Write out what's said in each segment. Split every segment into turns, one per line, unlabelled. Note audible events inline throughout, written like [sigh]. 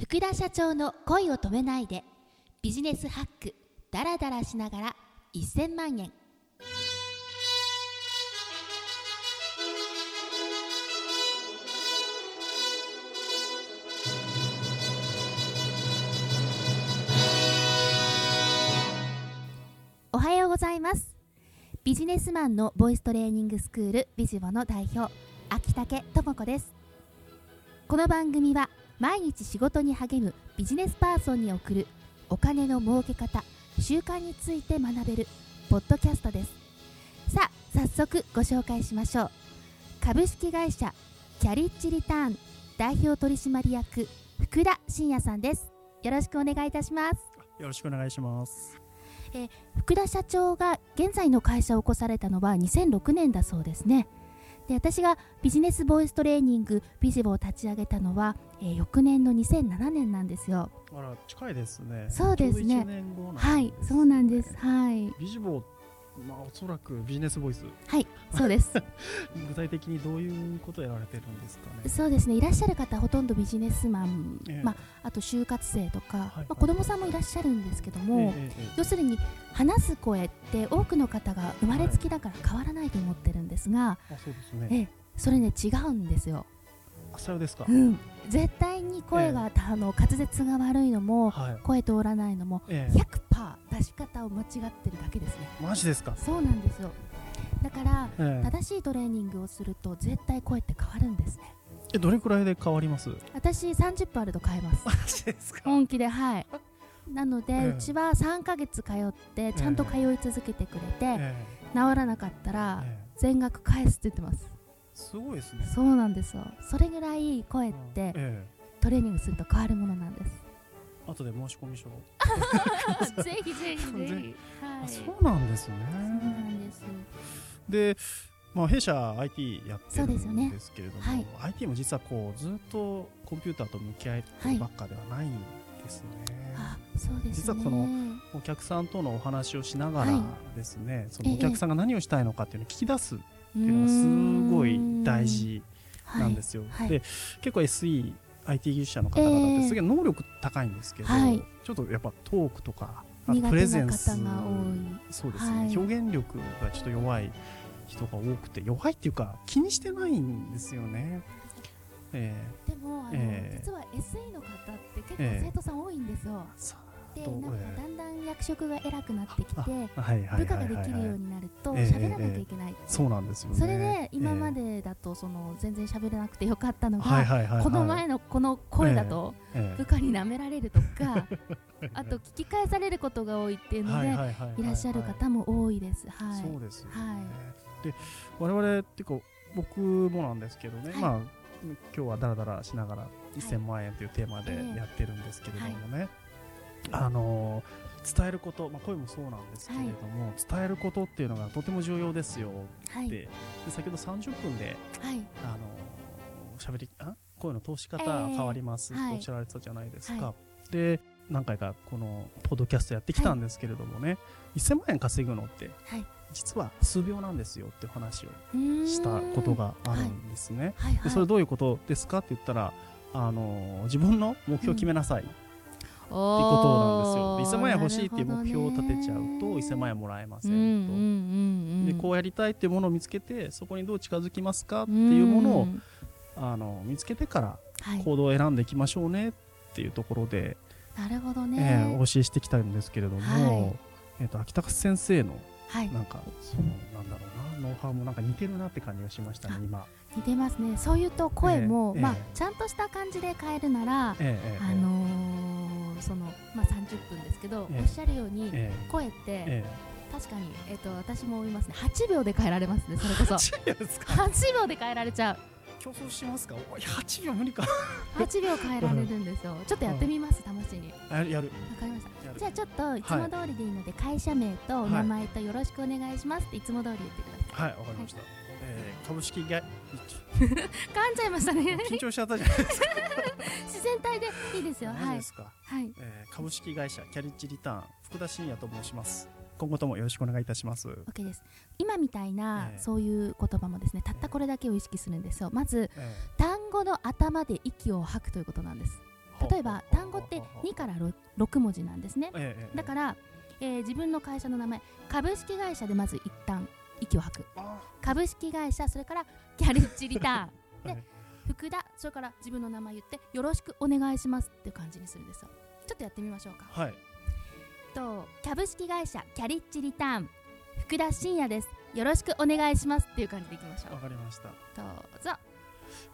福田社長の恋を止めないでビジネスハックダラダラしながら1000万円おはようございますビジネスマンのボイストレーニングスクールビジボの代表秋竹智子ですこの番組は毎日仕事に励むビジネスパーソンに送るお金の儲け方習慣について学べるポッドキャストですさあ早速ご紹介しましょう株式会社キャリッジリターン代表取締役福田真也さんですよろしくお願いいたします
よろしくお願いします。
福田社長が現在の会社を起こされたのは2006年だそうですねで私がビジネスボイストレーニングビジボを立ち上げたのは、えー翌年の2007年なんですよ
あら、近いですね。
そうですね
ちょうど一年後なんですね
はいそうなんです。はい
ビジボ、まあ、おそらくビジネスボイス、
はいそうです
具体的にどういうことをやられてるんですか
[laughs]
ね。
そうですねいらっしゃる方ほとんどビジネスマン、
ええ
まあ、あと就活生とか、
いはい
まあ、子供さんもいらっしゃるんですけども、
ええええ
要するに話す声って多くの方が生まれつきだから変わらないと思ってるんですが、
ええあ、そうですね。
ええそれね違うんですよ
あ、さようですか。
うん、絶対に声が、あの滑舌が悪いのも
はい。
声通らないのも
ええ
100%出し方を間違ってるだけですね
マジですか。
そうなんですよだから
ええ
正しいトレーニングをすると絶対声って変わるんですね
え、どれくらいで変わります。
私30分あると変えます
[laughs] ジですか
本気ではい [laughs] なので、
ええ
うちは3ヶ月通ってちゃんと通い続けてくれて、
ええ
治らなかったら
ええ
全額返すって言ってます
すごいですね。
そうなんですよそれぐらい声って
ええ
トレーニングすると変わるものなんです
[laughs] 後で申し込み書を。
ぜひぜひぜ
ぜ
ひ。は
あ、
い。
そうなんです
そうな
ね。
んです。
で、まあ、弊社 IT やって
そう
る
ですよね
んですけれども、
はい
IT も実はこうずっとコンピューターと向き合えて
はい
ばっかではないんですね。
あ、そうですね。
実はこのお客さんとのお話をしながら
はい
ですね、そ
え
の
え
お客さんが何をしたいのかっていうのを聞き出すって
う
いうのがすごい
ーん。
大。事なんですすよ。
はい
で結構 SE IT 技術者の方々っ
ええ
てすげえ能力高いんですけど、
はい
ちょっとやっぱトークとかあと
苦
プレゼ
手
ン
な
ス
方が多
そうですね、
はい
表現力がちょっと弱い人が多くて弱いっていうか気にしてないんですよね。え
い。でもあの
ええ
実は SE の方って結構
ええ
生徒さん多いんですよ。
えさ
で、
ど
な
う
んか
ええ
だんだん役職が偉くなってきて
あ。はいは
部
い
下
は
が
い
で
はい
きるよ
は
う
い
になると
ええ
喋らなきゃいけない、
そうなんですよね。
それで今ま
え
でだとその全然喋れなくてよかったの
え
が、
はいはいはいはい
この前のこの声だと
ええ
部下に舐められると
[laughs]
か、あと聞き返されることが多いっていうので、
いはい
らっしゃる方も多いです。はい。
そうですよね、
は
で我々っていうか僕もなんですけどね、
はい
まあ今日はダラダラしながら1000万円というテーマで
ええ
やってるんですけれどもね、あのー伝えること、まあ、声もそうなんですけれども、伝えることっていうのがとても重要ですよ
は
って、
い。
で先ほど30分で
はい。
あの喋りあ声の通し方
ええ
変わりますって
はい
おっしゃられてたじゃないですか、
は
で何回かこのポッドキャストやってきたんですけれどもね、1000万円稼ぐのって、
はい
実は数秒なんですよってお話をしたこと。があるんですね、
はいは
で
い。
それどういうことですかって言ったらあの自分の目標を決めなさいっていう
て
ことなんですよ、で1000万円欲しいっていう目標を立てちゃうと1000万円もらえませ
うんうん
んと、
うんうん。
でこうやりたいっていうものを見つけてそこにどう近づきますかって
ん
いうものを、あの見つけてから
はい。
行動を選んでいきましょうねっていうところで、
なるほど
え
ね。
ーお教えしていきたいんですけれども、
はい
えー、と秋高先生の
はい。
なんかそのなんだろうなノウハウもなんか似てるなって感じがしましたね
あ
今。
似てますね。そういうと声も、
ええ
まあ
ええ
ちゃんとした感じで変えるなら、
ええええ
あのーそのまあ30分ですけど、
ええ
おっしゃるように。
え
声って、
ええ
確かに、えっと私も思いますね8秒で変えられますねそれこ
え [laughs]
そ
8秒ですか
8秒で変えられちゃう
競争しますかおい8秒無理か
8秒変えられるんですよちょっとやってみます試しにわ
やるやる
かりました
やる
じゃあちょっといつも通りでいいので、会社名とお名前とよろしくお願いしますっていつも通り言ってくださ
はいわかりました、えー株式
[laughs]
会
い、噛んじゃいましたね
緊張しちゃったじゃないですか
自然体でいいですよは
何
い
で、すか、
はい、
えー株式会社キャリッジリターン福田信也と申します今後ともよろしくお願いいたします
OK です今みたいな、
ええ
そういう言葉もですねたったこれだけを意識するんですよまず
え
単語の頭で息を吐くということなんです
え
例えば単語って2から 6, 6文字なんですね
ええええ
だから、えー自分の会社の名前株式会社でまず一旦息を吐く
あ
株式会社それからキャリッジリター
[laughs]
ンで、
はい
福田それから自分の名前言ってよろしくお願いしますっていう感じにするんですよちょっとやってみましょうか
はい
と株式会社キャリッジリターン福田真也ですよろしくお願いしますっていう感じでいきましょう
わかりました
どうぞ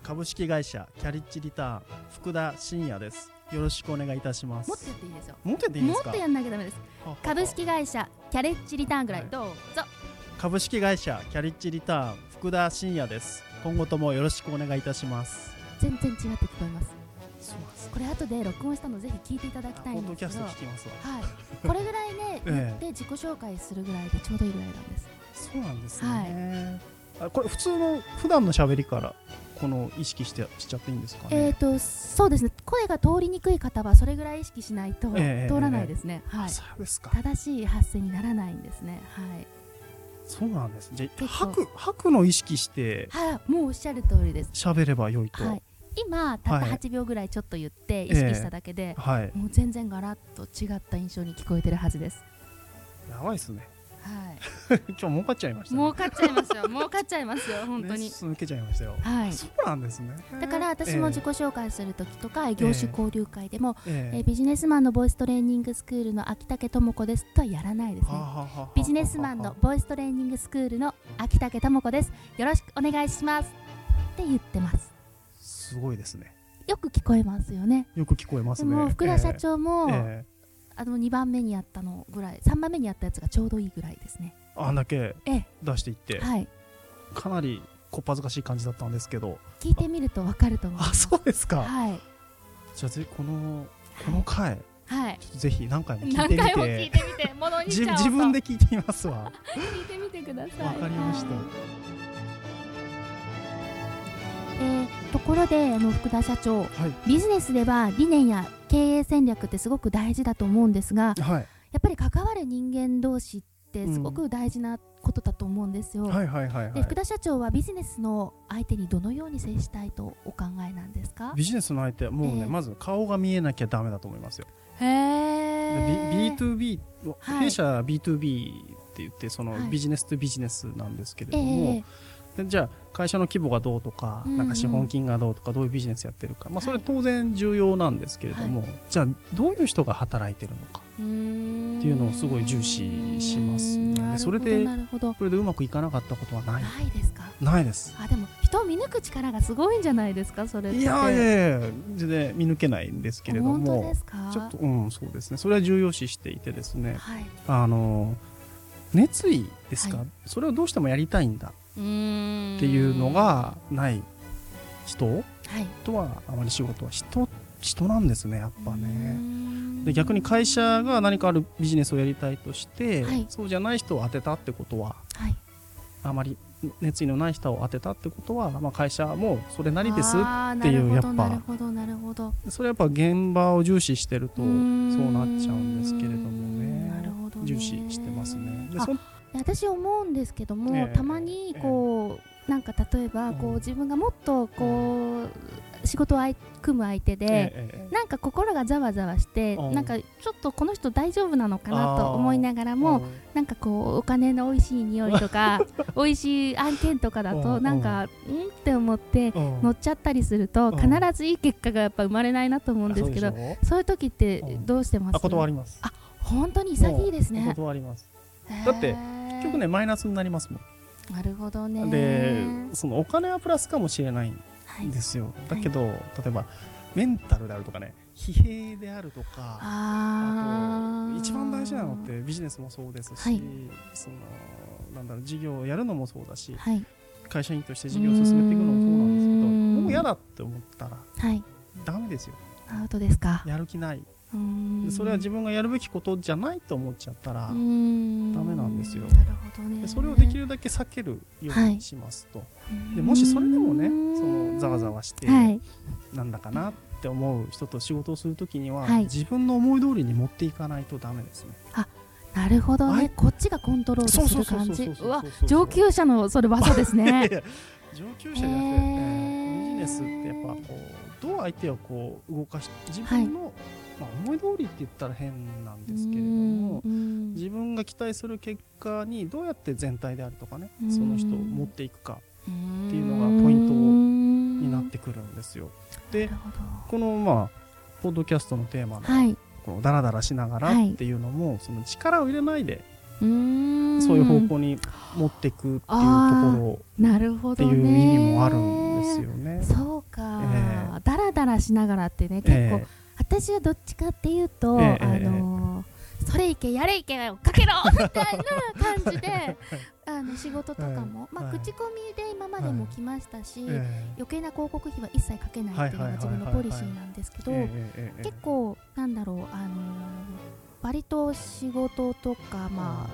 株式会社キャリッジリターン福田真也ですよろしくお願いいたします
もっとやっていいですよ
持ってっていいで
も
す
っ
か
とやんなきゃダメです
ははは
株式会社キャリッジリターンぐらい、
はい
どうぞ
株式会社キャリッジリターン福田真也です今後ともよろしくお願いいたします
全然違って聞こえます
そうなんです
これ後で録音したのぜひ聞いていただきたい
ポ
ん
ッド
です
キ
け
ャス
ど
ト
はい
聞きますわ、
これぐらいね
[laughs] ええ
で自己紹介するぐらいでちょうどいいぐらいなんです
そうなんですね、あこれ普通の普段の喋りからこの意識してしちゃっていいんですか
え
ね
っ、、とそうですね声が通りにくい方はそれぐらい意識しないと
ええ
通らないですね、はい
そうですか
正しい発声にならないんですねはい
そうなんですじゃあ
結構
吐く吐くの意識して
はい、もうおっしゃる通りです。
喋れば良いと
はい、今たった
はい
8秒ぐらいちょっと言って意識しただけで、
はい、
もう全然ガラッと違った印象に聞こえてるはずです。
やばいですね [laughs]
は
今日儲かっちゃいまし
い、
た、ね、
儲かっちゃいますよ。儲かっちゃいますよ。本当
ね
に。
抜けちゃいましたよ、
はい。
そうなんですね
だから私も自己
己、
紹介する時とか、業種交流会でも、
ええ
えービジネスマンのボイストレーニングスクールの秋竹智子ですとはやらないです
はあ
ね。
はあはあはあ
ビジネスマンのボイストレーニングスクールの秋竹智子です。よろしくお願いしますって言ってます。
すごいですね
よく聞こえますよね。
よく聞こえま
です
ね
も福田社長も、
えええ
あの2番目にやったのぐらい3番目にやったやつがちょうどいいぐらいですね
えあんだけ
ええ
出していって、
はい
かなりこっぱずかしい感じだったんですけど
聞いてみるとわかると思いま
あ
す
そうですか、
はい
じゃあぜこのこの回
はい
ちょっとぜひ何回も聞いて
何
みて
[laughs] 回も聞いてみてものにし
じ
ちゃおうと
自分で聞いてみますわ
聞いてみてください
わかりました
はいえーところであの福田社長
はい
ビジネスでは理念や経営戦略ってすごく大事だと思うんですが
はい
やっぱり関わる人間同士ってすごく大事なことだと思うんですよ、
はいはいはいは
で
い
福田社長はビジネスの相手にどのように接したいとお考えなんですか
ビジネスの相手はもうね、
ええ
まず顔が見えなきゃダメだと思いますよ
へ
で
え
B- B2B を
はい
弊社は B2B って言ってそ
はい
のビジネスとビジネスなんですけれ
え
ども、
え
でじゃあ会社の規模がどうとか,、
うんうん
なんか資本金がどうとかどういうビジネスやってるか、まあ、そ
は
れ
い
当然重要なんですけれども、じゃあどういう人が働いてるのか
って
いうのをすごい重視しますねでそれで
なるほど
これでうまくいかなかったことはない
ないですか
ないです
あでも人を見抜く力がすごいんじゃないですかそれって
いやいやいや全然見抜けないんですけれど
本当
も
ですか
ちょっとうんそうですねそれは重要視していてですね
はい
あの熱意ですか、
は
それをどうしてもやりたいんだ
うーん
っていうのがない人
はい
とはあまり仕事は人人なんですねやっぱ
うー
ね。
ん
で逆に会社が何かあるビジネスをやりたいとして、
はい
そうじゃない人を当てたってことは
はい
あまり熱意のない人を当てたってことは、まあ、会社もそれなりです
あー
っていう
なるほど
やっぱ
なるほどなるほど
それはやっぱ現場を重視してるとそう
うーん
なっちゃうんですけれどもね
なるほどね
重視してますね。で
あ
そん
私思うんですけども、
ええ
たまにこう、なんか例えばこう、
うん
自分がもっとこう仕事をあい組む相手で、
ええええ
なんか心がざわざわして、
うん
なんかちょっとこの人大丈夫なのかなと思いながらも、
うん
なんかこうお金の美味しい匂いと
[laughs]
か美味しい案件とかだ
うんう
と
ん
なんかうんって思って
うん
乗っちゃったりすると
うん
必ずいい結果がやっぱ生まれないなと思うんですけ
あ
ど
そうでしょ
そういう時って
うん
どうしてます
あ断ります。
本当に潔いです
もう
ね
断ります。だって
へー
結局ねマイナスになりますも
なるほど
ん。
ね
でそのお金はプラスかもしれないん
はい
ですよ。だけど、例えばメンタルであるとかね疲弊であるとか
あ
あ
ー
と一番大事なのってビジネスもそうですし、
はい
そのなんだろう事業をやるのもそうだし
はい
会社員として事業を進めていくのもそうなんですけど
うーん
もう嫌だって思ったら
はい
ダメですよ
アウトですか
やる気ないう
ー
で
ん
それは自分がやるべきことじゃないと思っちゃったら
うーん
ダメなんですよ
なるほどね
でそれをできるだけ避けるようにしますと、でもしそれでもねそのざわざ
わ
わして
はい
なんだかなって思う人と仕事をするときには、
はい
自分の思い通りに持っていかないとダメですね。
なるほど
は
ね
い
こっちがコントロールする感じうわ上級者のそれ技です
[laughs] いや
ね
いや上級者じゃなくて、
へ
え
ー
ービジネネスってやっぱこうどう相手をこう動かし自分の、まあ、思い通りって言ったら変なんですけれども
うん
自分が期待する結果にどうやって全体であるとかね
うん
その人を持っていくかっていうのがポイントになってくるんですよ。
う
で
んなるほ
このまあポッドキャストのテーマの
どはい
このダラダラしながら
はい
っていうのも、その力を入れないで
うん
そういう方向に持っていくっていうところ
なるほ
って
ど
い
ね
う意味もあるんですよね。
そうか、
え
だらだらしながらってね結構、
ええ
私はどっちかっていうと、
ええ
あのーそれいけやれいけよかけろ [laughs] みたいな感じ
[laughs]
であの仕事とかも、
ええ
まあ、
はい
口コミで今までも来ましたし、
ええ
余計な広告費は一切かけないっていうのが自分のポリシーなんですけど
ええええええ
結構なんだろうあのー割と仕事とか、まあ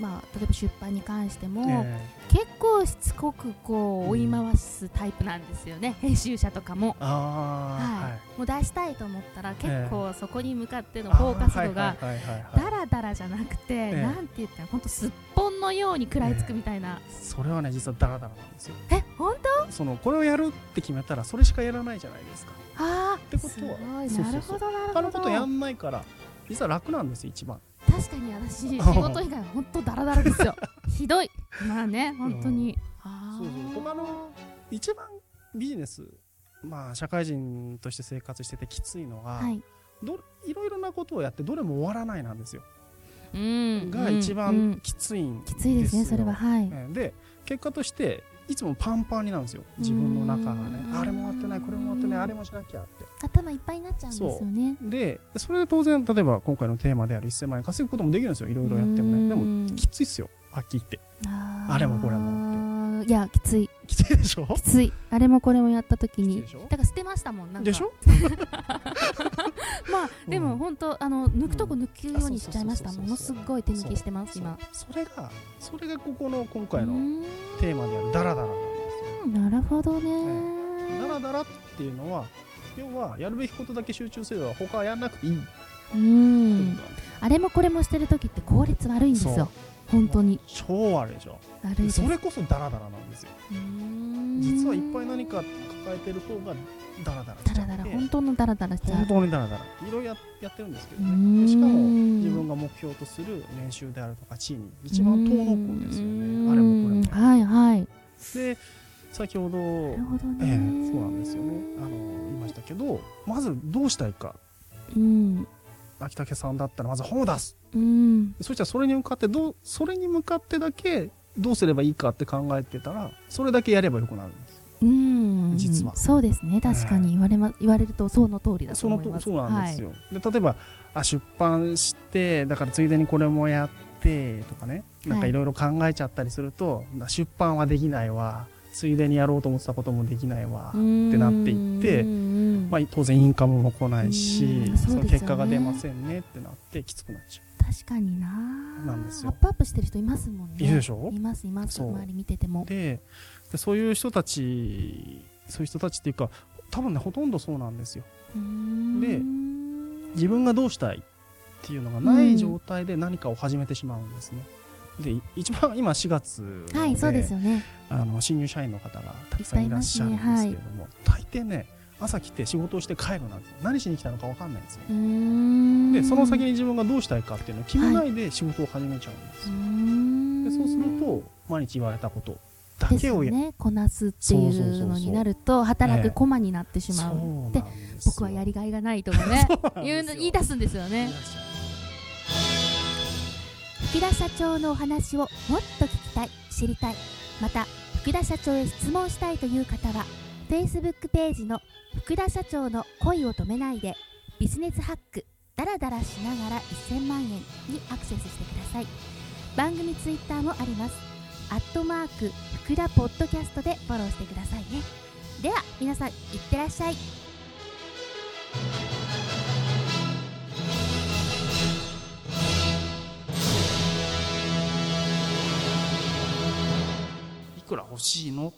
まあ、例えば出版に関しても、
ええ
結構しつこくこう追い回すタイプなんですよね、編集者とかも。はい
あ
もう出したいと思ったら結構そこに向かって
ー
の
はい
フォーカス度が
はいはいはいはい
ダラダラじゃなくて、
え
なんて言ったら本当すっぽんのように食らいつくみたいな、
それはね実はダラダラなんですよ
え本当
そのこれをやるって決めたらそれしかやらないじゃないですか
あー
てことは
す
そ
ご
う
いな
そ
る
うそ
ほ
う
どなるほど
他のことやんないから実は楽なんです一番
確かに私仕事以外本当ダラダラです
[laughs]
よひどいまあね本当に、あ
そうそう他の一番ビジネスまあ社会人として生活しててきついのは、
あはい
どいろいろなことをやってどれも終わらないなんですよ、
うん
が一
うんう
番
ん
きついん
きついですね
です
そ
よ
れははい
えーで結果としていつもパンパンになるんですよ自分の中がね
うーん
あれも終わってないこれも終わってないあれもしなきゃって
頭いっぱいになっちゃうんですよね
でそれで当然例えば今回のテーマである1000万円稼ぐこともできるんですよいろいろやってもねでも
も
きついっすよはっきり言って
あー
あれもこれも
いやきつい
きついでしょ
きついあれもこれもやった時
きつい
に
でしょ
だから捨てましたもんなんか
でしょ
まあで
う
も
ん
本当あの抜くとこ抜くようにしちゃいました
あそうそうそうそう
ものすごい手抜きしてます
そう
今
それがそれがここの今
うー
回の
ん
テーマであるダラダラなん
なるほどね
ですよダラダラっていうのは要はやるべきことだけ集中すれば他はやんなくていいって
う
こと
ん
なんです
あれもこれもしてる時って効率悪いんです
そ
よ
う
本当に
超悪いでしょ
悪いです
それこそダラダラなんですよ
うーん
実はいっぱい何か抱えてる方がダラダラし
ダ
ちゃっ
ラ
て
ダラ本当のダラダラしちゃう
本当にダラダラいろいろややってるんですけど
うー
ね
ん
でしかも自分が目標とする年収であるとか地位に一番遠のくんですよ
うーん
ねあれもこれも
はいはい
で先ほど
なるほどね、
ええそうなんですよねあの言いましたけどまずどうしたいか
うん
秋武さんだったらまず本を出す
うん
そしたらそれに向かってどうそれに向かってだけどうすればいいかって考えてたらそれだけやればよくなるんです
うん
実は
そうですね確かに言われ,、ま、言われるとその通りだと
その
思い
と
ます
そうなんです
よ、
よ、で例えばあ出版してだからついでにこれもやってとかねなんか
はい
いろいろ考えちゃったりすると、な出版はできないわついでにやろうと思ってたこともできない
は
わ、
い
ってなっていって
うん
まあ、当然インカムも来ないし
うん
そ
そうですよね
の結果が出ませんねってなってきつくなっちゃ
確かにな
なんですよ
アップアップしてる人いますもん
う、
ね
いるでしょ
いますいます
そう
周り見てても
ででそういう人たちそういう人たちっていうか多分ねほとんどそうなんですよ
うーん
で自分がどうしたいっていうのがない状態で何かを始めてしまうんですね。でい一番今4月なの
はいそうですよね
あの新入社員の方がたくさんいらっしゃるんですけれども、大抵ね朝来て仕事をして帰るなんて何しに来たのか分かんないんですよ。
うーん
でその先
う
に自分がどうしたいかっていうのを決めないで仕事を始めちゃうんで
ー
すよ。
ん
でそうすると毎日言われたことだけを
です
や
よねこなすってい
そうそうそうそうう
のになると働く駒になってしまう,、
そうなん
で
ですよ
僕はやりがいがないとか
[laughs]
ね言うの言い出すんですよ
言
ね
[laughs] い出しちゃう
福田社長のお話をもっと聞きたい知りたいまた福田社長へ質問したいという方は Facebook ページの「福田社長の恋を止めないでビジネスハックダラダラしながら1000万円」にアクセスしてください番組 Twitter もあります「アットマーク福田ポッドキャスト」でフォローしてくださいねでは皆さんいってらっしゃい
いくら欲しいの